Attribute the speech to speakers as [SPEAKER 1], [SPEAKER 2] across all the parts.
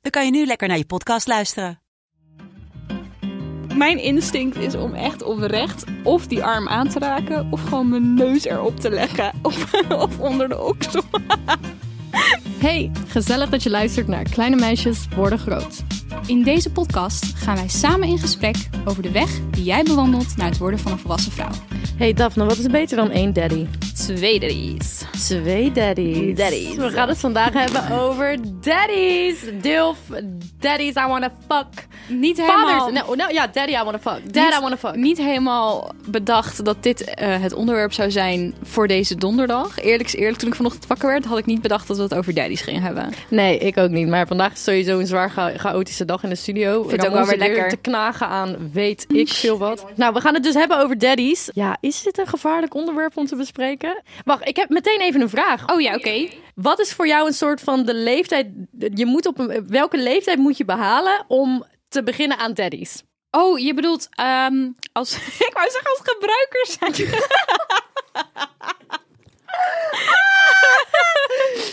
[SPEAKER 1] dan kan je nu lekker naar je podcast luisteren.
[SPEAKER 2] Mijn instinct is om echt oprecht of die arm aan te raken of gewoon mijn neus erop te leggen of, of onder de oksel.
[SPEAKER 3] Hey, gezellig dat je luistert naar Kleine Meisjes Worden Groot.
[SPEAKER 4] In deze podcast gaan wij samen in gesprek over de weg die jij bewandelt naar het worden van een volwassen vrouw.
[SPEAKER 3] Hey Daphne, wat is beter dan één daddy?
[SPEAKER 2] Tweederis.
[SPEAKER 3] Twee daddies. Daddies. We gaan het vandaag hebben over daddies. Dilf, daddies I wanna fuck.
[SPEAKER 2] Niet helemaal,
[SPEAKER 3] Vaders. Nou, nou ja, daddy I wanna fuck. Dad I wanna fuck.
[SPEAKER 2] niet helemaal bedacht dat dit eh, het onderwerp zou zijn voor deze donderdag. Eerlijk is eerlijk, toen ik vanochtend wakker werd, had ik niet bedacht dat we het over daddies gingen hebben.
[SPEAKER 3] Nee, ik ook niet. Maar vandaag is sowieso een zwaar cha- chaotische dag in de studio.
[SPEAKER 2] het
[SPEAKER 3] Dan
[SPEAKER 2] ook wel
[SPEAKER 3] onze
[SPEAKER 2] weer
[SPEAKER 3] deur
[SPEAKER 2] lekker.
[SPEAKER 3] te knagen aan weet ik veel wat. Nou, we gaan het dus hebben over daddies. Ja, is dit een gevaarlijk onderwerp om te bespreken? Wacht, ik heb meteen even een vraag.
[SPEAKER 2] Oh ja, oké.
[SPEAKER 3] Wat is voor jou een soort van de leeftijd? Je moet op een, welke leeftijd moet je behalen om te beginnen aan daddies?
[SPEAKER 2] Oh, je bedoelt ehm, als... ik wou zeggen als gebruiker zijn.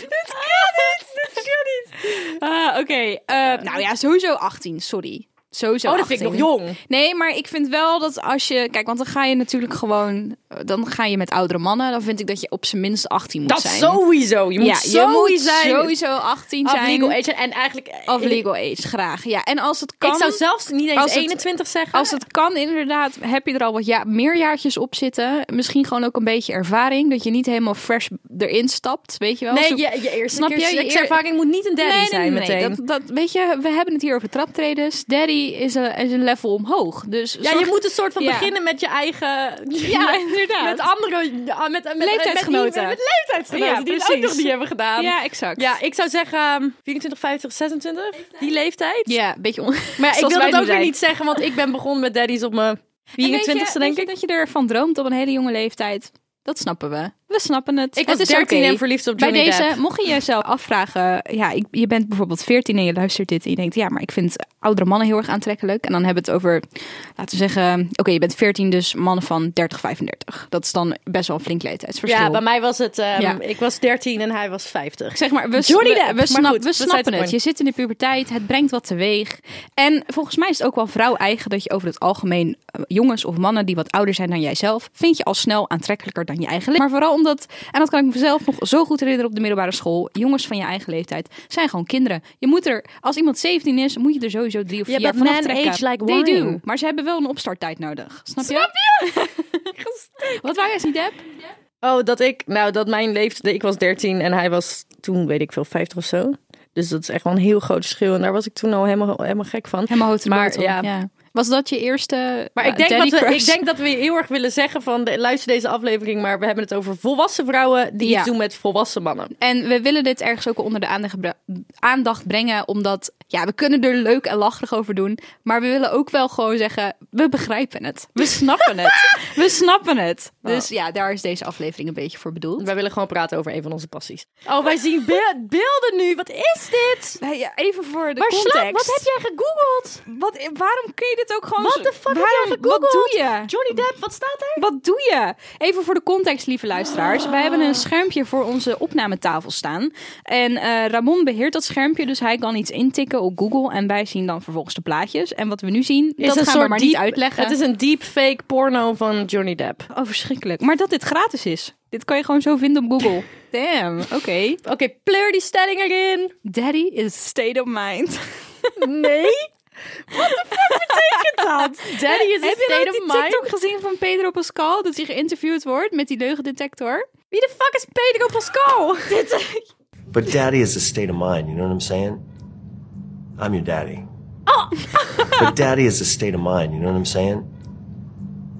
[SPEAKER 2] Ah, Oké, eh, nou ja, sowieso 18, sorry. Sowieso
[SPEAKER 3] Oh, dat vind ik nog
[SPEAKER 2] 18.
[SPEAKER 3] jong.
[SPEAKER 2] Nee, maar ik vind wel dat als je... Kijk, want dan ga je natuurlijk gewoon... Dan ga je met oudere mannen. Dan vind ik dat je op zijn minst 18 moet
[SPEAKER 3] Dat
[SPEAKER 2] zijn.
[SPEAKER 3] sowieso. Je moet
[SPEAKER 2] ja, je
[SPEAKER 3] sowieso
[SPEAKER 2] moet
[SPEAKER 3] zijn.
[SPEAKER 2] sowieso 18
[SPEAKER 3] Of
[SPEAKER 2] zijn.
[SPEAKER 3] legal age. En eigenlijk... eh,
[SPEAKER 2] Of
[SPEAKER 3] ik-
[SPEAKER 2] legal age, graag. Ja, en als het
[SPEAKER 3] Ik,
[SPEAKER 2] kan...
[SPEAKER 3] zou zelfs niet eens
[SPEAKER 2] Als het-
[SPEAKER 3] 21 zeggen.
[SPEAKER 2] Als het kan, inderdaad, heb je er al wat ja, meer jaartjes op zitten. Misschien gewoon ook een beetje ervaring. Dat je niet helemaal fresh erin stapt, weet je wel.
[SPEAKER 3] nee,
[SPEAKER 2] Zoek-
[SPEAKER 3] je, je eerste
[SPEAKER 2] Snap
[SPEAKER 3] keer
[SPEAKER 2] je? Je eer-
[SPEAKER 3] sekservaring moet niet een daddy
[SPEAKER 2] nee,
[SPEAKER 3] zijn
[SPEAKER 2] nee, nee, Dat,
[SPEAKER 3] meteen.
[SPEAKER 2] dat, weet je, we hebben het hier over traptredens. Daddy is een, is een level omhoog. Dus
[SPEAKER 3] Ja,
[SPEAKER 2] zorg-
[SPEAKER 3] je moet een soort van
[SPEAKER 2] Ja.
[SPEAKER 3] beginnen met je eigen...
[SPEAKER 2] Ja, inderdaad.
[SPEAKER 3] Met andere... Met, met, met,
[SPEAKER 2] Leeftijdsgenoten.
[SPEAKER 3] Met, met leeftijdsgenoten
[SPEAKER 2] Ja,
[SPEAKER 3] die het ook
[SPEAKER 2] precies.
[SPEAKER 3] nog niet hebben gedaan.
[SPEAKER 2] Ja, exact.
[SPEAKER 3] Ja, ik zou zeggen ehm, 24, 50, 26. Die leeftijd.
[SPEAKER 2] Ja, een beetje on...
[SPEAKER 3] Maar ja, ik
[SPEAKER 2] Zoals
[SPEAKER 3] wil
[SPEAKER 2] wij
[SPEAKER 3] dat
[SPEAKER 2] nu
[SPEAKER 3] ook weer
[SPEAKER 2] zijn.
[SPEAKER 3] niet zeggen, want ik ben begonnen met daddies op mijn 24ste, denk ik.
[SPEAKER 2] Dat je ervan droomt op een hele jonge leeftijd. Dat snappen we. We snappen het.
[SPEAKER 3] Ik
[SPEAKER 2] het
[SPEAKER 3] was 13
[SPEAKER 2] oké.
[SPEAKER 3] en verliefd op
[SPEAKER 2] Bij
[SPEAKER 3] Johnny
[SPEAKER 2] deze,
[SPEAKER 3] Depp.
[SPEAKER 2] mocht je jezelf afvragen, ja, ik, je bent bijvoorbeeld 14 en je luistert dit en je denkt, ja, maar ik vind oudere mannen heel erg aantrekkelijk. En dan hebben we het over, laten we zeggen, oké, je bent 14, dus mannen van 30, 35. Dat is dan best wel een flink leeftijdsverschil.
[SPEAKER 3] Ja, bij mij was het... ehm,
[SPEAKER 2] Ja.
[SPEAKER 3] Ik was 13 en hij was 50.
[SPEAKER 2] Zeg maar, we,
[SPEAKER 3] Johnny
[SPEAKER 2] we-
[SPEAKER 3] Depp.
[SPEAKER 2] we,
[SPEAKER 3] Maar
[SPEAKER 2] snap-
[SPEAKER 3] goed,
[SPEAKER 2] we
[SPEAKER 3] dat zei het
[SPEAKER 2] snappen het.
[SPEAKER 3] gewoon.
[SPEAKER 2] Je zit in de puberteit, het brengt wat teweeg. En volgens mij is het ook wel vrouw-eigen dat je over het algemeen eh, jongens of mannen die wat ouder zijn dan jijzelf, vind je al snel aantrekkelijker dan je eigen leeftijd. Maar vooral omdat, en dat kan ik mezelf nog zo goed herinneren op de middelbare school, jongens van je eigen leeftijd zijn gewoon kinderen. Je moet er, als iemand 17 is, moet je er sowieso drie of
[SPEAKER 3] Ja,
[SPEAKER 2] vier jaar
[SPEAKER 3] but
[SPEAKER 2] vanaf
[SPEAKER 3] men
[SPEAKER 2] trekken.
[SPEAKER 3] age like
[SPEAKER 2] They
[SPEAKER 3] wine.
[SPEAKER 2] do. Maar ze hebben wel een opstarttijd nodig. Snap je? wat waar is niet heb?
[SPEAKER 3] Oh, dat ik... Nou, dat mijn leeftijd... Ik was 13 en hij was toen, weet ik veel, 50 of zo. Dus dat is echt wel een heel groot verschil. En daar was ik toen al helemaal, helemaal gek van.
[SPEAKER 2] Helemaal houten
[SPEAKER 3] Maar,
[SPEAKER 2] botel,
[SPEAKER 3] ja.
[SPEAKER 2] Was dat je eerste
[SPEAKER 3] Maar
[SPEAKER 2] eh,
[SPEAKER 3] ik denk,
[SPEAKER 2] daddy
[SPEAKER 3] dat we, ik
[SPEAKER 2] crush?
[SPEAKER 3] denk dat we heel erg willen zeggen van... de- luister deze aflevering, maar we hebben het over volwassen vrouwen... die
[SPEAKER 2] Ja.
[SPEAKER 3] iets doen met volwassen mannen.
[SPEAKER 2] En we willen dit ergens ook onder de aandacht bre- aandacht brengen, omdat ja, we kunnen er leuk en lacherig over doen, maar we willen ook wel gewoon zeggen, we begrijpen het. We snappen het. we snappen het. Dus ja, daar is deze aflevering een beetje voor bedoeld.
[SPEAKER 3] Wij willen gewoon praten over een van onze passies. Oh, wij zien be- beelden nu. Wat is dit?
[SPEAKER 2] even voor de
[SPEAKER 3] Waar slaat-
[SPEAKER 2] context.
[SPEAKER 3] Wat heb jij gegoogeld?
[SPEAKER 2] waarom kun je dit ook gewoon...
[SPEAKER 3] What the fuck heb jij gegoogeld?
[SPEAKER 2] Wat doe je?
[SPEAKER 3] Johnny Depp, wat staat er?
[SPEAKER 2] Wat doe je? Even voor de context, lieve luisteraars. Wij hebben een schermpje voor onze opnametafel staan. En eh, Ramon beheert dat schermpje, dus hij kan iets intikken op Google. En wij zien dan vervolgens de plaatjes. En wat we nu zien, dat gaan we maar niet uitleggen.
[SPEAKER 3] Het is een deepfake porno van Johnny Depp.
[SPEAKER 2] oh, verschrikkelijk. Maar dat dit gratis is. Dit kan je gewoon zo vinden op Google. Damn, oké.
[SPEAKER 3] Oké, pleur die stelling erin.
[SPEAKER 2] Daddy is state of mind.
[SPEAKER 3] Nee. Wat de fuck betekent dat? Daddy is a
[SPEAKER 2] Heb je
[SPEAKER 3] state
[SPEAKER 2] nou
[SPEAKER 3] of
[SPEAKER 2] die
[SPEAKER 3] mind.
[SPEAKER 2] TikTok gezien van Pedro Pascal? Dat hij geïnterviewd wordt met die leugendetector?
[SPEAKER 3] Wie de fuck is Pedro Pascal? Dit...
[SPEAKER 5] But daddy is a state of mind, you know what I'm saying? I'm your daddy. but daddy is a state of mind, you know what I'm saying?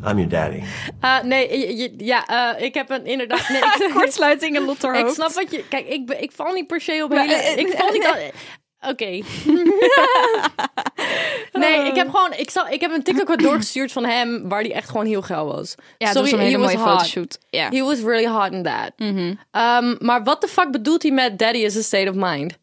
[SPEAKER 5] I'm your daddy.
[SPEAKER 3] Eh, nee, je- je- ja, eh, ik heb een inderdaad... Nee, ik,
[SPEAKER 2] Kortsluiting en Lotterhoofd.
[SPEAKER 3] Ik snap wat je. Kijk, ik, ben- ik val niet per se op
[SPEAKER 2] Maar,
[SPEAKER 3] hele.
[SPEAKER 2] eh, eh,
[SPEAKER 3] ik val niet.
[SPEAKER 2] eh,
[SPEAKER 3] al- Oké. nee, ik heb
[SPEAKER 2] Oh.
[SPEAKER 3] gewoon... Ik, zal, ik heb een TikTok wat doorgestuurd van hem... waar die echt gewoon heel geil was.
[SPEAKER 2] Ja, dat was een
[SPEAKER 3] he
[SPEAKER 2] hele
[SPEAKER 3] was
[SPEAKER 2] mooie
[SPEAKER 3] hot.
[SPEAKER 2] fotoshoot. Ja.
[SPEAKER 3] He was really hot in that. Um, maar wat de fuck bedoelt hij met daddy is a state of mind?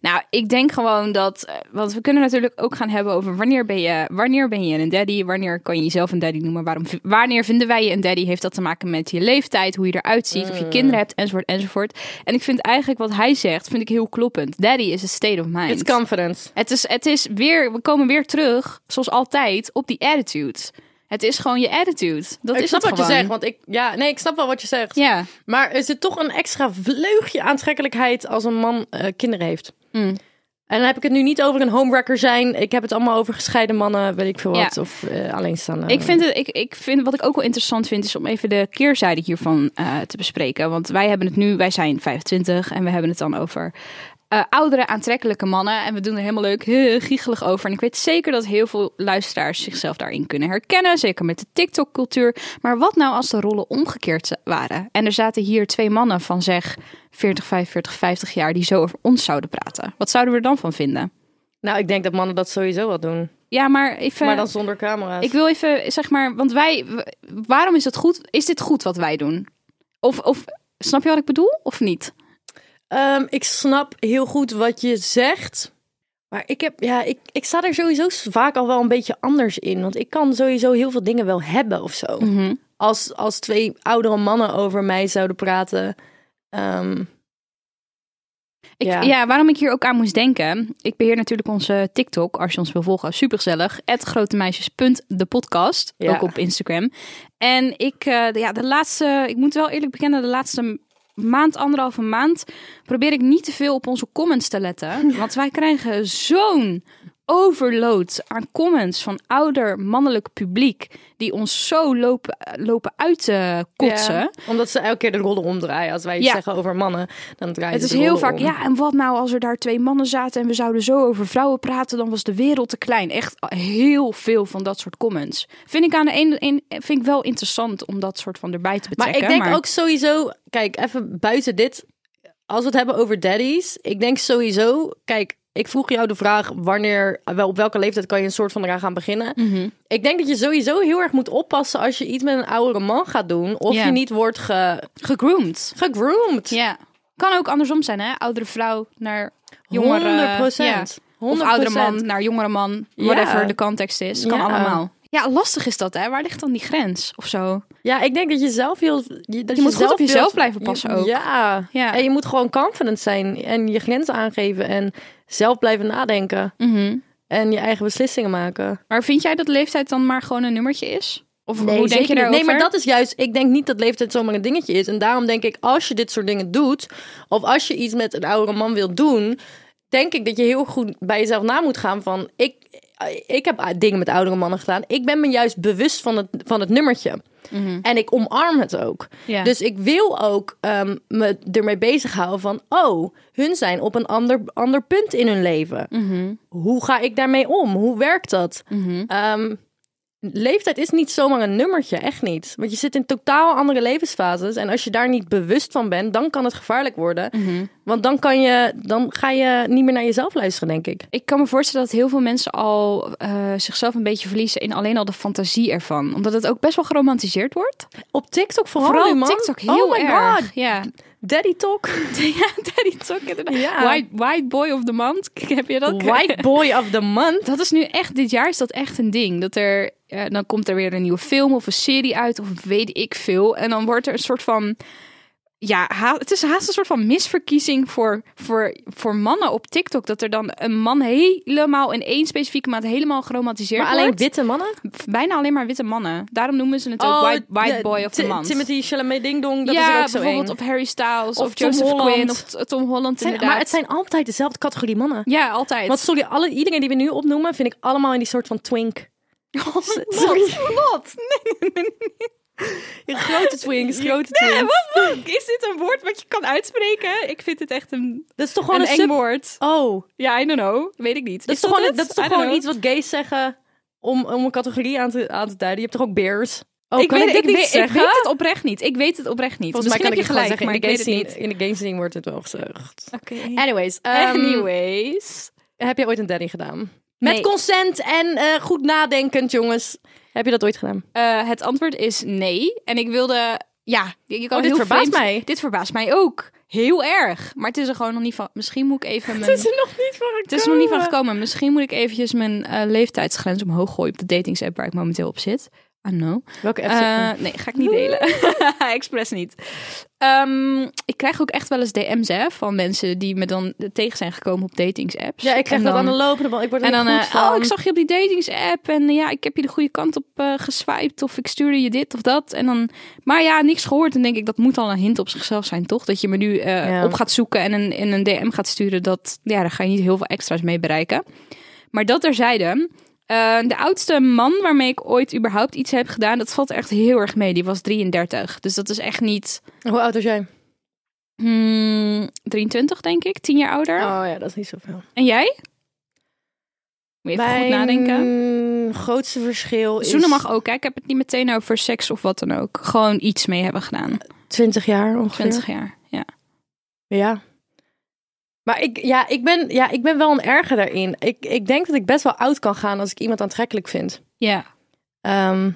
[SPEAKER 2] Nou, ik denk gewoon dat, eh, want we kunnen natuurlijk ook gaan hebben over wanneer ben je, wanneer ben je een daddy, wanneer kan je jezelf een daddy noemen, waarom, v- wanneer vinden wij je een daddy, heeft dat te maken met je leeftijd, hoe je eruit ziet,
[SPEAKER 3] Mm.
[SPEAKER 2] of je kinderen hebt, enzovoort, enzovoort. En ik vind eigenlijk wat hij zegt, vind ik heel kloppend. Daddy is a state of mind.
[SPEAKER 3] It's confidence.
[SPEAKER 2] Het is, het is weer, we komen weer terug, zoals altijd, op die attitude. Het is gewoon je attitude. Dat
[SPEAKER 3] ik
[SPEAKER 2] is
[SPEAKER 3] snap
[SPEAKER 2] het
[SPEAKER 3] wat je
[SPEAKER 2] gewoon.
[SPEAKER 3] zegt, want ik... Ja, nee, ik snap wel wat je zegt.
[SPEAKER 2] Ja,
[SPEAKER 3] Maar er zit toch een extra vleugje aantrekkelijkheid als een man eh, kinderen heeft. En dan heb ik het nu niet over een homewrecker zijn. Ik heb het allemaal over gescheiden mannen, weet ik veel
[SPEAKER 2] Ja.
[SPEAKER 3] wat. Of eh alleenstaande.
[SPEAKER 2] Ik vind, het, ik, ik vind wat ik ook wel interessant vind, is om even de keerzijde hiervan eh, te bespreken. Want wij hebben het nu, wij zijn 25 en we hebben het dan over eh, oudere, aantrekkelijke mannen. En we doen er helemaal leuk, eh, giechelig over. En ik weet zeker dat heel veel luisteraars zichzelf daarin kunnen herkennen. Zeker met de TikTok-cultuur. Maar wat nou als de rollen omgekeerd z- waren? En er zaten hier twee mannen van zeg 40, 45, 50 jaar die zo over ons zouden praten. Wat zouden we er dan van vinden?
[SPEAKER 3] Nou, ik denk dat mannen dat sowieso wel doen.
[SPEAKER 2] Ja, maar even.
[SPEAKER 3] Maar dan zonder camera's.
[SPEAKER 2] Ik wil even, zeg maar, want wij, w- waarom is het goed? Is dit goed wat wij doen? Of, of snap je wat ik bedoel of niet?
[SPEAKER 3] Ehm, ik snap heel goed wat je zegt. Maar ik, heb, ja, ik, ik sta er sowieso s- vaak al wel een beetje anders in. Want ik kan sowieso heel veel dingen wel hebben of zo.
[SPEAKER 2] Mhm.
[SPEAKER 3] Als, als twee oudere mannen over mij zouden praten. ehm,
[SPEAKER 2] Ik, ja.
[SPEAKER 3] Ja.
[SPEAKER 2] waarom ik hier ook aan moest denken. Ik beheer natuurlijk onze TikTok, als je ons wil volgen, supergezellig. grotemeisjes.depodcast,
[SPEAKER 3] Ja.
[SPEAKER 2] ook op Instagram. En ik, eh, de- ja, de laatste, ik moet wel eerlijk bekennen, de laatste maand, anderhalve maand, probeer ik niet te veel op onze comments te letten. Want wij krijgen zo'n overload aan comments van ouder mannelijk publiek die ons zo lopen, lopen uit te kotsen.
[SPEAKER 3] Ja, omdat ze elke keer de rollen omdraaien. Als wij iets
[SPEAKER 2] Ja.
[SPEAKER 3] zeggen over mannen, dan draaien
[SPEAKER 2] Het
[SPEAKER 3] ze
[SPEAKER 2] is
[SPEAKER 3] de
[SPEAKER 2] heel
[SPEAKER 3] rollen
[SPEAKER 2] vaak,
[SPEAKER 3] om.
[SPEAKER 2] ja, en wat nou als er daar twee mannen zaten en we zouden zo over vrouwen praten, dan was de wereld te klein. Echt heel veel van dat soort comments. Vind ik aan de ene, een, vind ik wel interessant om dat soort van erbij te
[SPEAKER 3] Maar
[SPEAKER 2] betrekken.
[SPEAKER 3] ik denk ook sowieso, kijk, even buiten dit. Als we het hebben over daddies, ik denk sowieso, kijk, ik vroeg jou de vraag wanneer, wel, op welke leeftijd kan je een soort van eraan gaan beginnen.
[SPEAKER 2] Mhm.
[SPEAKER 3] Ik denk dat je sowieso heel erg moet oppassen als je iets met een oudere man gaat doen. Of
[SPEAKER 2] Ja.
[SPEAKER 3] je niet wordt ge,
[SPEAKER 2] gegroomd.
[SPEAKER 3] gegroomd.
[SPEAKER 2] Ja. Kan ook andersom zijn, hè? Oudere vrouw naar jongere...
[SPEAKER 3] 100%.
[SPEAKER 2] ja. Of
[SPEAKER 3] 100%.
[SPEAKER 2] oudere man naar jongere man, whatever
[SPEAKER 3] Ja.
[SPEAKER 2] de context is. Kan
[SPEAKER 3] Ja.
[SPEAKER 2] allemaal. Ja, lastig is dat, hè? Waar ligt dan die grens of zo?
[SPEAKER 3] Ja, ik denk dat je zelf heel... Je, dat
[SPEAKER 2] moet goed
[SPEAKER 3] zelf
[SPEAKER 2] op jezelf
[SPEAKER 3] heel-
[SPEAKER 2] blijven passen
[SPEAKER 3] je-
[SPEAKER 2] ook.
[SPEAKER 3] Ja.
[SPEAKER 2] Ja.
[SPEAKER 3] en je moet gewoon confident zijn en je grenzen aangeven en zelf blijven nadenken.
[SPEAKER 2] Mhm.
[SPEAKER 3] En je eigen beslissingen maken.
[SPEAKER 2] Maar vind jij dat leeftijd dan maar gewoon een nummertje is? Of hoe denk je
[SPEAKER 3] zeker niet.
[SPEAKER 2] daarover?
[SPEAKER 3] Nee, maar dat is juist... Ik denk niet dat leeftijd zomaar een dingetje is. En daarom denk ik, als je dit soort dingen doet... of als je iets met een oudere man wilt doen... denk ik dat je heel goed bij jezelf na moet gaan van... ik, ik heb ah, dingen met oudere mannen gedaan. Ik ben me juist bewust van het, van het nummertje. En ik omarm het ook.
[SPEAKER 2] Mhm. Ja.
[SPEAKER 3] Dus ik wil ook ehm, me ermee bezighouden van... oh, hun zijn op een ander, ander punt in hun leven.
[SPEAKER 2] Mhm.
[SPEAKER 3] Hoe ga ik daarmee om? Hoe werkt dat? Ehm, leeftijd is niet zomaar een nummertje, echt niet. Want je zit in totaal andere levensfases. En als je daar niet bewust van bent, dan kan het gevaarlijk worden.
[SPEAKER 2] Mhm.
[SPEAKER 3] Want dan, kan je, dan ga je niet meer naar jezelf luisteren, denk ik.
[SPEAKER 2] Ik kan me voorstellen dat heel veel mensen al eh, zichzelf een beetje verliezen in alleen al de fantasie ervan. Omdat het ook best wel geromantiseerd wordt.
[SPEAKER 3] Op TikTok vooral,
[SPEAKER 2] Vooral
[SPEAKER 3] nu, man.
[SPEAKER 2] TikTok heel
[SPEAKER 3] oh my
[SPEAKER 2] erg.
[SPEAKER 3] god,
[SPEAKER 2] Ja.
[SPEAKER 3] daddy talk.
[SPEAKER 2] ja, Daddy Talk inderdaad.
[SPEAKER 3] Ja.
[SPEAKER 2] White, white boy of the month. Heb je dat?
[SPEAKER 3] White boy of the month.
[SPEAKER 2] Dat is nu echt, dit jaar is dat echt een ding. Dat er, eh, dan komt er weer een nieuwe film of een serie uit of weet ik veel. En dan wordt er een soort van, ja, ha- het is haast een soort van misverkiezing voor, voor, voor mannen op TikTok. Dat er dan een man helemaal in één specifieke maand helemaal geromantiseerd
[SPEAKER 3] Maar alleen
[SPEAKER 2] wordt.
[SPEAKER 3] witte mannen?
[SPEAKER 2] Bijna alleen maar witte mannen. Daarom noemen ze het ook white, Oh, white
[SPEAKER 3] de-
[SPEAKER 2] boy of the
[SPEAKER 3] Ti-
[SPEAKER 2] month.
[SPEAKER 3] Timothy Chalamet Ding Dong, dat
[SPEAKER 2] ja,
[SPEAKER 3] is er ook zo
[SPEAKER 2] bijvoorbeeld
[SPEAKER 3] een.
[SPEAKER 2] of Harry Styles of,
[SPEAKER 3] Of Tom
[SPEAKER 2] Joseph
[SPEAKER 3] Holland.
[SPEAKER 2] Quinn of T- Tom Holland
[SPEAKER 3] Het zijn-
[SPEAKER 2] inderdaad.
[SPEAKER 3] maar het zijn altijd dezelfde categorie mannen.
[SPEAKER 2] Ja, altijd.
[SPEAKER 3] Want sorry, alle, iedereen die we nu opnoemen, vind ik allemaal in die soort van twink. sorry.
[SPEAKER 2] Oh, Wat? Nee, nee, nee.
[SPEAKER 3] Grote twinks, grote twinks.
[SPEAKER 2] Nee, wat, wat? Is dit een woord wat je kan uitspreken? Ik vind het echt een,
[SPEAKER 3] Dat is toch gewoon
[SPEAKER 2] een
[SPEAKER 3] een,
[SPEAKER 2] eng
[SPEAKER 3] sub-
[SPEAKER 2] woord.
[SPEAKER 3] Oh,
[SPEAKER 2] Ja, I don't know. Weet ik niet.
[SPEAKER 3] dat is, toch gewoon,
[SPEAKER 2] het?
[SPEAKER 3] dat is toch
[SPEAKER 2] I don't
[SPEAKER 3] gewoon iets
[SPEAKER 2] know.
[SPEAKER 3] wat gays zeggen om, om een categorie aan te, aan te duiden. Je hebt toch ook bears? Oh,
[SPEAKER 2] ik,
[SPEAKER 3] kan
[SPEAKER 2] weet,
[SPEAKER 3] ik dit
[SPEAKER 2] ik,
[SPEAKER 3] niet
[SPEAKER 2] weet, ik
[SPEAKER 3] zeggen?
[SPEAKER 2] weet het oprecht niet. Ik weet het oprecht niet.
[SPEAKER 3] Volgens mij kan ik
[SPEAKER 2] Misschien
[SPEAKER 3] het
[SPEAKER 2] heb je gelijk,
[SPEAKER 3] gewoon zeggen.
[SPEAKER 2] maar
[SPEAKER 3] In
[SPEAKER 2] ik
[SPEAKER 3] de
[SPEAKER 2] weet
[SPEAKER 3] gay
[SPEAKER 2] het niet.
[SPEAKER 3] scene- In de gay scene wordt het wel gezegd.
[SPEAKER 2] Oké.
[SPEAKER 3] Anyways. ehm,
[SPEAKER 2] Anyways.
[SPEAKER 3] Heb jij ooit een daddy gedaan? Met
[SPEAKER 2] Nee.
[SPEAKER 3] consent en eh, goed nadenkend, jongens. Heb je dat ooit gedaan?
[SPEAKER 2] Eh, het antwoord is nee. En ik wilde. Ja, je je kan
[SPEAKER 3] Oh, dit
[SPEAKER 2] heel
[SPEAKER 3] verbaast
[SPEAKER 2] vreemd-
[SPEAKER 3] mij.
[SPEAKER 2] Dit verbaast mij ook. Heel erg. Maar het is er gewoon nog niet van. Misschien moet ik even. Mijn,
[SPEAKER 3] er nog niet van
[SPEAKER 2] het is er nog niet van gekomen. Misschien moet ik eventjes mijn eh, leeftijdsgrens omhoog gooien op de datingsapp waar ik momenteel op zit. I don't know.
[SPEAKER 3] Welke app
[SPEAKER 2] Eh, nee, ga ik niet delen. Express niet. Ehm, ik krijg ook echt wel eens DM's hè, van mensen die me dan tegen zijn gekomen op datingsapps.
[SPEAKER 3] Ja, ik krijg
[SPEAKER 2] En
[SPEAKER 3] dat
[SPEAKER 2] dan-
[SPEAKER 3] aan de lopende band. Ik word er
[SPEAKER 2] en dan,
[SPEAKER 3] niet goed
[SPEAKER 2] eh,
[SPEAKER 3] van.
[SPEAKER 2] oh, ik zag je op die datingsapp en eh, ja, ik heb je de goede kant op eh geswiped of ik stuurde je dit of dat. En dan, maar ja, niks gehoord. En denk ik, dat moet al een hint op zichzelf zijn, toch? Dat je me nu eh,
[SPEAKER 3] Ja.
[SPEAKER 2] op gaat zoeken en een, in een DM gaat sturen, dat, ja, daar ga je niet heel veel extra's mee bereiken. Maar dat terzijde, eh de oudste man waarmee ik ooit überhaupt iets heb gedaan, dat valt echt heel erg mee. Die was 33, dus dat is echt niet...
[SPEAKER 3] Hoe oud was jij?
[SPEAKER 2] hmm, 23 denk ik, 10 jaar ouder.
[SPEAKER 3] Oh ja, dat is niet zoveel.
[SPEAKER 2] En jij? Moet je even goed nadenken.
[SPEAKER 3] Mijn grootste verschil is...
[SPEAKER 2] Zoenen mag ook. Hè? Ik heb het niet meteen over seks of wat dan ook. Gewoon iets mee hebben gedaan.
[SPEAKER 3] 20 jaar ongeveer.
[SPEAKER 2] 20 jaar. Ja.
[SPEAKER 3] Ja. Maar ik, ja, ik ben, ja, ik ben wel een erger daarin. Ik, ik denk dat ik best wel oud kan gaan als ik iemand aantrekkelijk vind.
[SPEAKER 2] ja.
[SPEAKER 3] Ehm,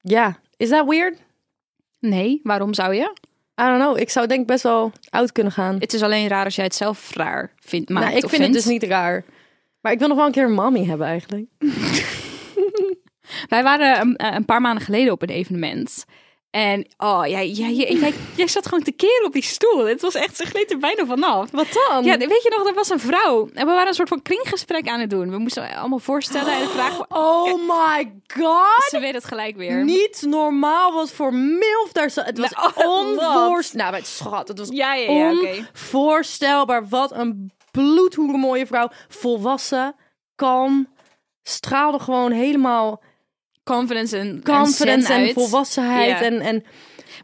[SPEAKER 3] ja, is dat weird?
[SPEAKER 2] Nee, waarom zou je?
[SPEAKER 3] I don't know. Ik zou denk ik best wel oud kunnen gaan.
[SPEAKER 2] Het is alleen raar als jij het zelf raar vindt. Maakt,
[SPEAKER 3] nou, ik
[SPEAKER 2] of
[SPEAKER 3] vind het
[SPEAKER 2] vindt.
[SPEAKER 3] dus niet raar. Maar ik wil nog wel een keer een mommy hebben eigenlijk.
[SPEAKER 2] Wij waren een, eh, een paar maanden geleden op een evenement. En oh, jij, jij, jij, jij, jij zat gewoon te keren op die stoel. Het was echt, ze gleed er bijna vanaf.
[SPEAKER 3] Wat dan?
[SPEAKER 2] Ja, weet je nog, er was een vrouw. En we waren een soort van kringgesprek aan het doen. We moesten allemaal voorstellen en vragen.
[SPEAKER 3] oh my god!
[SPEAKER 2] Ze weet het gelijk weer.
[SPEAKER 3] Niet normaal wat voor milf daar zat. Het was
[SPEAKER 2] Nou, wat?
[SPEAKER 3] onvoorstelbaar. Nou, maar schat, het was
[SPEAKER 2] Ja, ja, ja, oké.
[SPEAKER 3] onvoorstelbaar. Wat een bloedhoere mooie vrouw. Volwassen, kalm, straalde gewoon helemaal
[SPEAKER 2] Confidence en en,
[SPEAKER 3] confidence
[SPEAKER 2] zen
[SPEAKER 3] en,
[SPEAKER 2] uit.
[SPEAKER 3] volwassenheid.
[SPEAKER 2] Ja.
[SPEAKER 3] En, en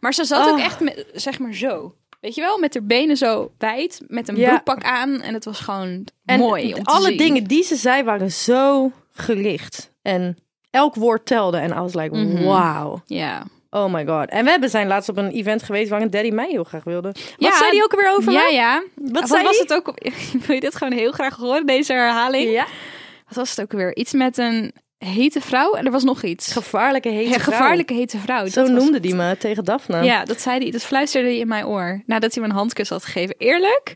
[SPEAKER 2] Maar ze zat ook
[SPEAKER 3] Oh.
[SPEAKER 2] echt, met, zeg maar zo. Weet je wel, met haar benen zo wijd, met een
[SPEAKER 3] Ja.
[SPEAKER 2] broekpak aan. En het was gewoon
[SPEAKER 3] En
[SPEAKER 2] mooi om te
[SPEAKER 3] alle
[SPEAKER 2] zien.
[SPEAKER 3] dingen die ze zei waren zo gelicht. En elk woord telde. En I was like,
[SPEAKER 2] Mhm.
[SPEAKER 3] wow.
[SPEAKER 2] Ja.
[SPEAKER 3] Oh my god. En we hebben zijn laatst op een event geweest waarin Daddy mij heel graag wilde. Wat
[SPEAKER 2] Ja.
[SPEAKER 3] zei die ook weer over
[SPEAKER 2] ja,
[SPEAKER 3] mij?
[SPEAKER 2] ja.
[SPEAKER 3] Wat zei
[SPEAKER 2] was
[SPEAKER 3] die?
[SPEAKER 2] het ook? op- Wil je dit gewoon heel graag horen, deze herhaling?
[SPEAKER 3] Ja.
[SPEAKER 2] Wat was het ook weer? Iets met een hete vrouw en er was nog iets.
[SPEAKER 3] Gevaarlijke hete
[SPEAKER 2] Ja,
[SPEAKER 3] vrouw.
[SPEAKER 2] gevaarlijke hete vrouw.
[SPEAKER 3] Zo
[SPEAKER 2] dat was
[SPEAKER 3] noemde
[SPEAKER 2] het.
[SPEAKER 3] die me tegen Daphne.
[SPEAKER 2] Ja, dat zei hij. Dat fluisterde hij in mijn oor. Nadat hij me een handkus had gegeven. Eerlijk,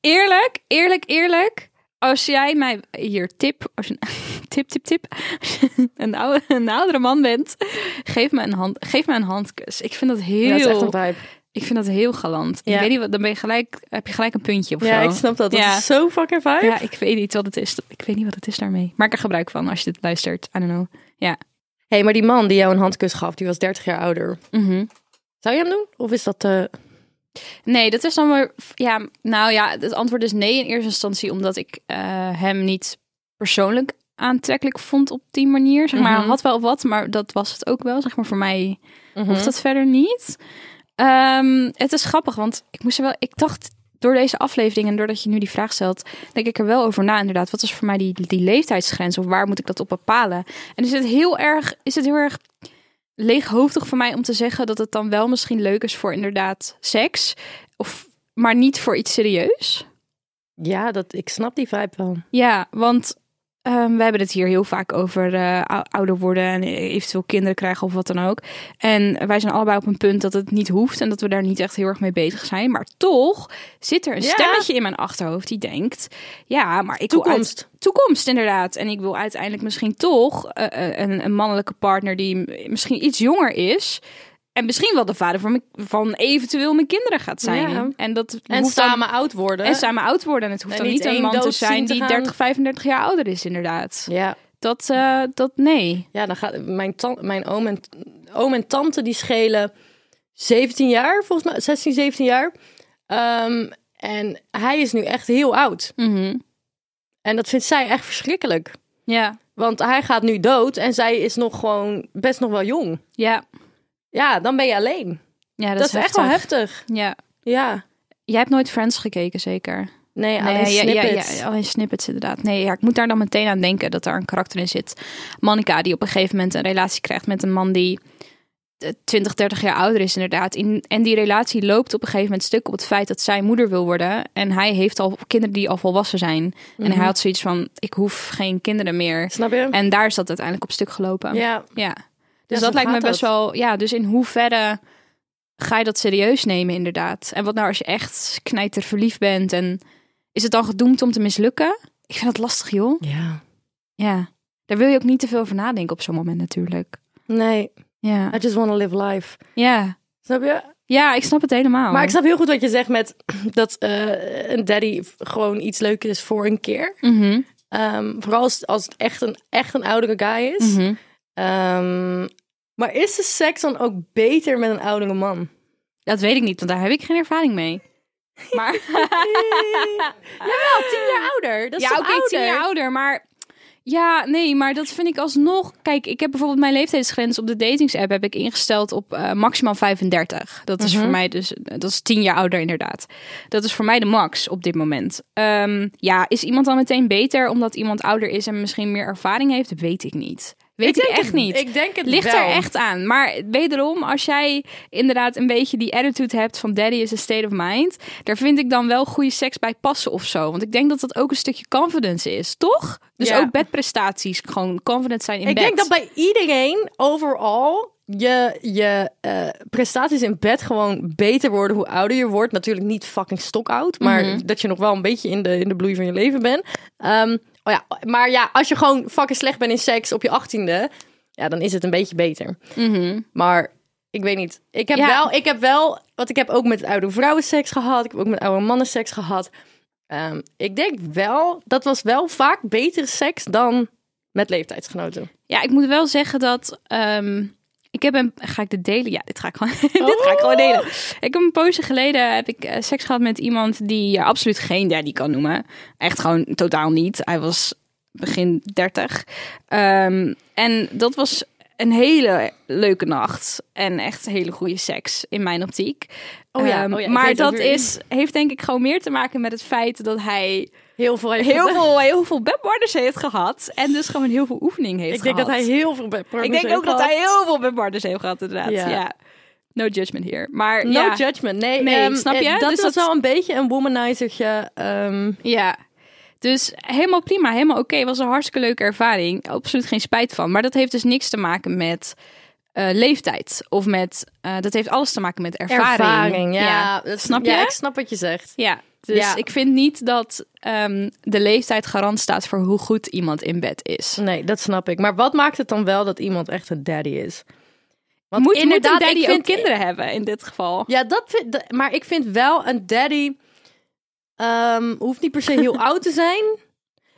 [SPEAKER 2] eerlijk, eerlijk, eerlijk. Als jij mij hier tip, als je, tip, tip, tip, als je een, oude, een oudere man bent, geef me een, hand, geef me een handkus. Ik vind dat heel,
[SPEAKER 3] Ja, dat is echt een vibe.
[SPEAKER 2] ik vind dat heel galant.
[SPEAKER 3] Ja.
[SPEAKER 2] Ik weet niet, wat- dan ben je gelijk, heb je gelijk een puntje of
[SPEAKER 3] Ja,
[SPEAKER 2] zo.
[SPEAKER 3] ik snap dat. Dat
[SPEAKER 2] Ja.
[SPEAKER 3] is zo fucking vibe.
[SPEAKER 2] Ja, ik weet niet wat het is. Ik weet niet wat het is daarmee. Maak er gebruik van als je dit luistert. I don't know. Ja.
[SPEAKER 3] hey, maar die man die jou een handkus gaf, die was 30 jaar ouder.
[SPEAKER 2] Mhm.
[SPEAKER 3] Zou je hem doen? Of is dat... eh,
[SPEAKER 2] Nee, dat is dan weer. Ja, nou ja, het antwoord is nee in eerste instantie, omdat ik eh, hem niet persoonlijk aantrekkelijk vond op die manier. Zeg maar, hij had wel wat, maar dat was het ook wel. Zeg maar, voor mij hoeft dat verder niet. Ehm, het is grappig, want ik moest er wel. Ik dacht door deze aflevering en doordat je nu die vraag stelt, denk ik er wel over na. Inderdaad, wat is voor mij die, die leeftijdsgrens of waar moet ik dat op bepalen? En is het heel erg, is het heel erg leeghoofdig van mij om te zeggen dat het dan wel misschien leuk is voor inderdaad seks, of, maar niet voor iets serieus?
[SPEAKER 3] Ja, dat, ik snap die vibe wel.
[SPEAKER 2] Ja, want ehm, we hebben het hier heel vaak over eh, ou- ouder worden en eventueel kinderen krijgen of wat dan ook. En wij zijn allebei op een punt dat het niet hoeft en dat we daar niet echt heel erg mee bezig zijn. Maar toch zit er een
[SPEAKER 3] Ja.
[SPEAKER 2] stemmetje in mijn achterhoofd die denkt: ja, maar ik wil
[SPEAKER 3] Toekomst.
[SPEAKER 2] uit- toekomst inderdaad. En ik wil uiteindelijk misschien toch eh, eh, een, een mannelijke partner die m- misschien iets jonger is. En misschien wel de vader van, mijn- van eventueel mijn kinderen gaat zijn.
[SPEAKER 3] Ja.
[SPEAKER 2] En dat
[SPEAKER 3] En
[SPEAKER 2] hoeft dan-
[SPEAKER 3] samen oud worden.
[SPEAKER 2] en samen oud worden. En het hoeft
[SPEAKER 3] En
[SPEAKER 2] dan
[SPEAKER 3] niet
[SPEAKER 2] niet een
[SPEAKER 3] één
[SPEAKER 2] man te
[SPEAKER 3] dood zien
[SPEAKER 2] zijn
[SPEAKER 3] te
[SPEAKER 2] die
[SPEAKER 3] gaan.
[SPEAKER 2] 30, 35 jaar ouder is, inderdaad.
[SPEAKER 3] Ja,
[SPEAKER 2] Dat, eh, dat nee.
[SPEAKER 3] ja dan gaat mijn, tan- mijn oom, en, oom en tante die schelen 17 jaar, volgens mij 16, 17 jaar. Ehm, en hij is nu echt heel oud.
[SPEAKER 2] Mhm.
[SPEAKER 3] En dat vindt zij echt verschrikkelijk.
[SPEAKER 2] Ja.
[SPEAKER 3] Want hij gaat nu dood en zij is nog gewoon best nog wel jong.
[SPEAKER 2] Ja.
[SPEAKER 3] Ja, dan ben je alleen. Dat,
[SPEAKER 2] ja, dat,
[SPEAKER 3] is, echt wel heftig.
[SPEAKER 2] Ja.
[SPEAKER 3] Ja.
[SPEAKER 2] Jij hebt nooit Friends gekeken, zeker?
[SPEAKER 3] Nee, alleen
[SPEAKER 2] ja, ja,
[SPEAKER 3] snippets.
[SPEAKER 2] ja, alleen snippets inderdaad. Nee, ja, ik moet daar dan meteen aan denken dat daar een karakter in zit. Monica die op een gegeven moment een relatie krijgt met een man die eh, 20, 30 jaar ouder is inderdaad. In, en die relatie loopt op een gegeven moment stuk op het feit dat zij moeder wil worden. En hij heeft al kinderen die al volwassen zijn. En
[SPEAKER 3] Mhm.
[SPEAKER 2] hij had zoiets van, ik hoef geen kinderen meer.
[SPEAKER 3] Snap je?
[SPEAKER 2] En daar is dat uiteindelijk op stuk gelopen.
[SPEAKER 3] ja.
[SPEAKER 2] Ja. Dus
[SPEAKER 3] Ja, zo
[SPEAKER 2] dat lijkt me
[SPEAKER 3] gaat
[SPEAKER 2] best
[SPEAKER 3] dat.
[SPEAKER 2] wel. Ja, dus in hoeverre ga je dat serieus nemen, inderdaad? En wat nou als je echt knijter verliefd bent en is het dan gedoemd om te mislukken? Ik vind dat lastig, joh.
[SPEAKER 3] Ja.
[SPEAKER 2] Ja. Daar wil je ook niet te veel over nadenken op zo'n moment, natuurlijk.
[SPEAKER 3] Nee,
[SPEAKER 2] Ja.
[SPEAKER 3] I just want to live life.
[SPEAKER 2] Ja.
[SPEAKER 3] Snap je?
[SPEAKER 2] Ja, ik snap het helemaal.
[SPEAKER 3] Maar ik snap heel goed wat je zegt met dat eh, een daddy gewoon iets leuks is voor een keer.
[SPEAKER 2] Mhm,
[SPEAKER 3] Ehm, vooral als, als het echt een, echt een oudere guy is.
[SPEAKER 2] mhm.
[SPEAKER 3] Ehm, maar is de seks dan ook beter met een oudere man?
[SPEAKER 2] Dat weet ik niet, want daar heb ik geen ervaring mee. Maar
[SPEAKER 3] Jawel, tien jaar ouder. Dat is
[SPEAKER 2] ja,
[SPEAKER 3] toch
[SPEAKER 2] oké, tien jaar ouder, maar ja, nee, maar dat vind ik alsnog. Kijk, ik heb bijvoorbeeld mijn leeftijdsgrens op de datingsapp heb ik ingesteld op eh, maximaal 35. Dat is
[SPEAKER 3] Mhm.
[SPEAKER 2] voor mij dus, dat is tien jaar ouder inderdaad. Dat is voor mij de max op dit moment. Ehm, ja, is iemand dan meteen beter omdat iemand ouder is en misschien meer ervaring heeft? Weet ik niet. Weet ik,
[SPEAKER 3] denk
[SPEAKER 2] echt
[SPEAKER 3] het-
[SPEAKER 2] niet.
[SPEAKER 3] ik denk het
[SPEAKER 2] Ligt
[SPEAKER 3] wel.
[SPEAKER 2] er echt aan. Maar wederom, als jij inderdaad een beetje die attitude hebt van daddy is a state of mind, daar vind ik dan wel goede seks bij passen of zo. Want ik denk dat dat ook een stukje confidence is, toch? Dus
[SPEAKER 3] Ja.
[SPEAKER 2] ook bedprestaties, gewoon confident zijn in
[SPEAKER 3] Ik
[SPEAKER 2] bed.
[SPEAKER 3] denk dat bij iedereen, overal, je, je eh, prestaties in bed gewoon beter worden hoe ouder je wordt. Natuurlijk niet fucking stokoud, maar
[SPEAKER 2] Mhm.
[SPEAKER 3] dat je nog wel een beetje in de, in de bloei van je leven bent. Ehm, oh ja, maar ja, als je gewoon fucking slecht bent in seks op je achttiende, ja, dan is het een beetje beter. Maar ik weet niet. Ik heb,
[SPEAKER 2] Mhm. Ja.
[SPEAKER 3] wel, ik heb wel, want ik heb ook met oude vrouwen seks gehad. Ik heb ook met oude mannen seks gehad. Ehm, ik denk wel, dat was wel vaak betere seks dan met leeftijdsgenoten.
[SPEAKER 2] Ja, ik moet wel zeggen dat. ehm, ik heb een. Ga ik dit delen? Ja, dit ga ik gewoon. dit ga ik gewoon delen. Ik heb een poosje geleden heb ik eh, seks gehad met iemand die je absoluut geen daddy kan noemen. Echt gewoon totaal niet. Hij was begin 30. Ehm, en dat was een hele leuke nacht. En echt hele goede seks in mijn optiek.
[SPEAKER 3] Oh ja,
[SPEAKER 2] Ehm,
[SPEAKER 3] oh ja, ik
[SPEAKER 2] maar
[SPEAKER 3] weet ook
[SPEAKER 2] dat
[SPEAKER 3] weer wie.
[SPEAKER 2] is, heeft denk ik gewoon meer te maken met het feit dat hij
[SPEAKER 3] Heel veel.
[SPEAKER 2] heel veel, heel veel bedpartners heeft gehad. En dus gewoon heel veel oefening heeft
[SPEAKER 3] Ik denk
[SPEAKER 2] gehad.
[SPEAKER 3] dat hij heel veel bij
[SPEAKER 2] Ik denk ook dat hij heel veel met partners heeft gehad, inderdaad.
[SPEAKER 3] Ja.
[SPEAKER 2] Ja. No judgment here. Maar
[SPEAKER 3] No
[SPEAKER 2] ja.
[SPEAKER 3] judgment. Nee,
[SPEAKER 2] Nee,
[SPEAKER 3] ehm,
[SPEAKER 2] snap je?
[SPEAKER 3] eh, Dat
[SPEAKER 2] Dus
[SPEAKER 3] was
[SPEAKER 2] dat-
[SPEAKER 3] wel een beetje een womanizertje. ehm,
[SPEAKER 2] Ja. Dus helemaal prima, helemaal oké. Was een hartstikke leuke ervaring. Absoluut geen spijt van. Maar dat heeft dus niks te maken met eh, leeftijd. Of met... eh, dat heeft alles te maken met ervaring.
[SPEAKER 3] ervaring. Ja, dat
[SPEAKER 2] Snap je?
[SPEAKER 3] Ja, ik snap wat je zegt.
[SPEAKER 2] Ja, dus
[SPEAKER 3] Ja.
[SPEAKER 2] ik vind niet dat ehm, de leeftijd garant staat voor hoe goed iemand in bed is.
[SPEAKER 3] Nee, dat snap ik. Maar wat maakt het dan wel dat iemand echt een daddy is? Want
[SPEAKER 2] moet, inderdaad, moet een
[SPEAKER 3] ik
[SPEAKER 2] daddy
[SPEAKER 3] vind-
[SPEAKER 2] ook kinderen hebben in dit geval?
[SPEAKER 3] Ja, dat vind, dat- maar ik vind wel een daddy ehm, hoeft niet per se heel oud te zijn.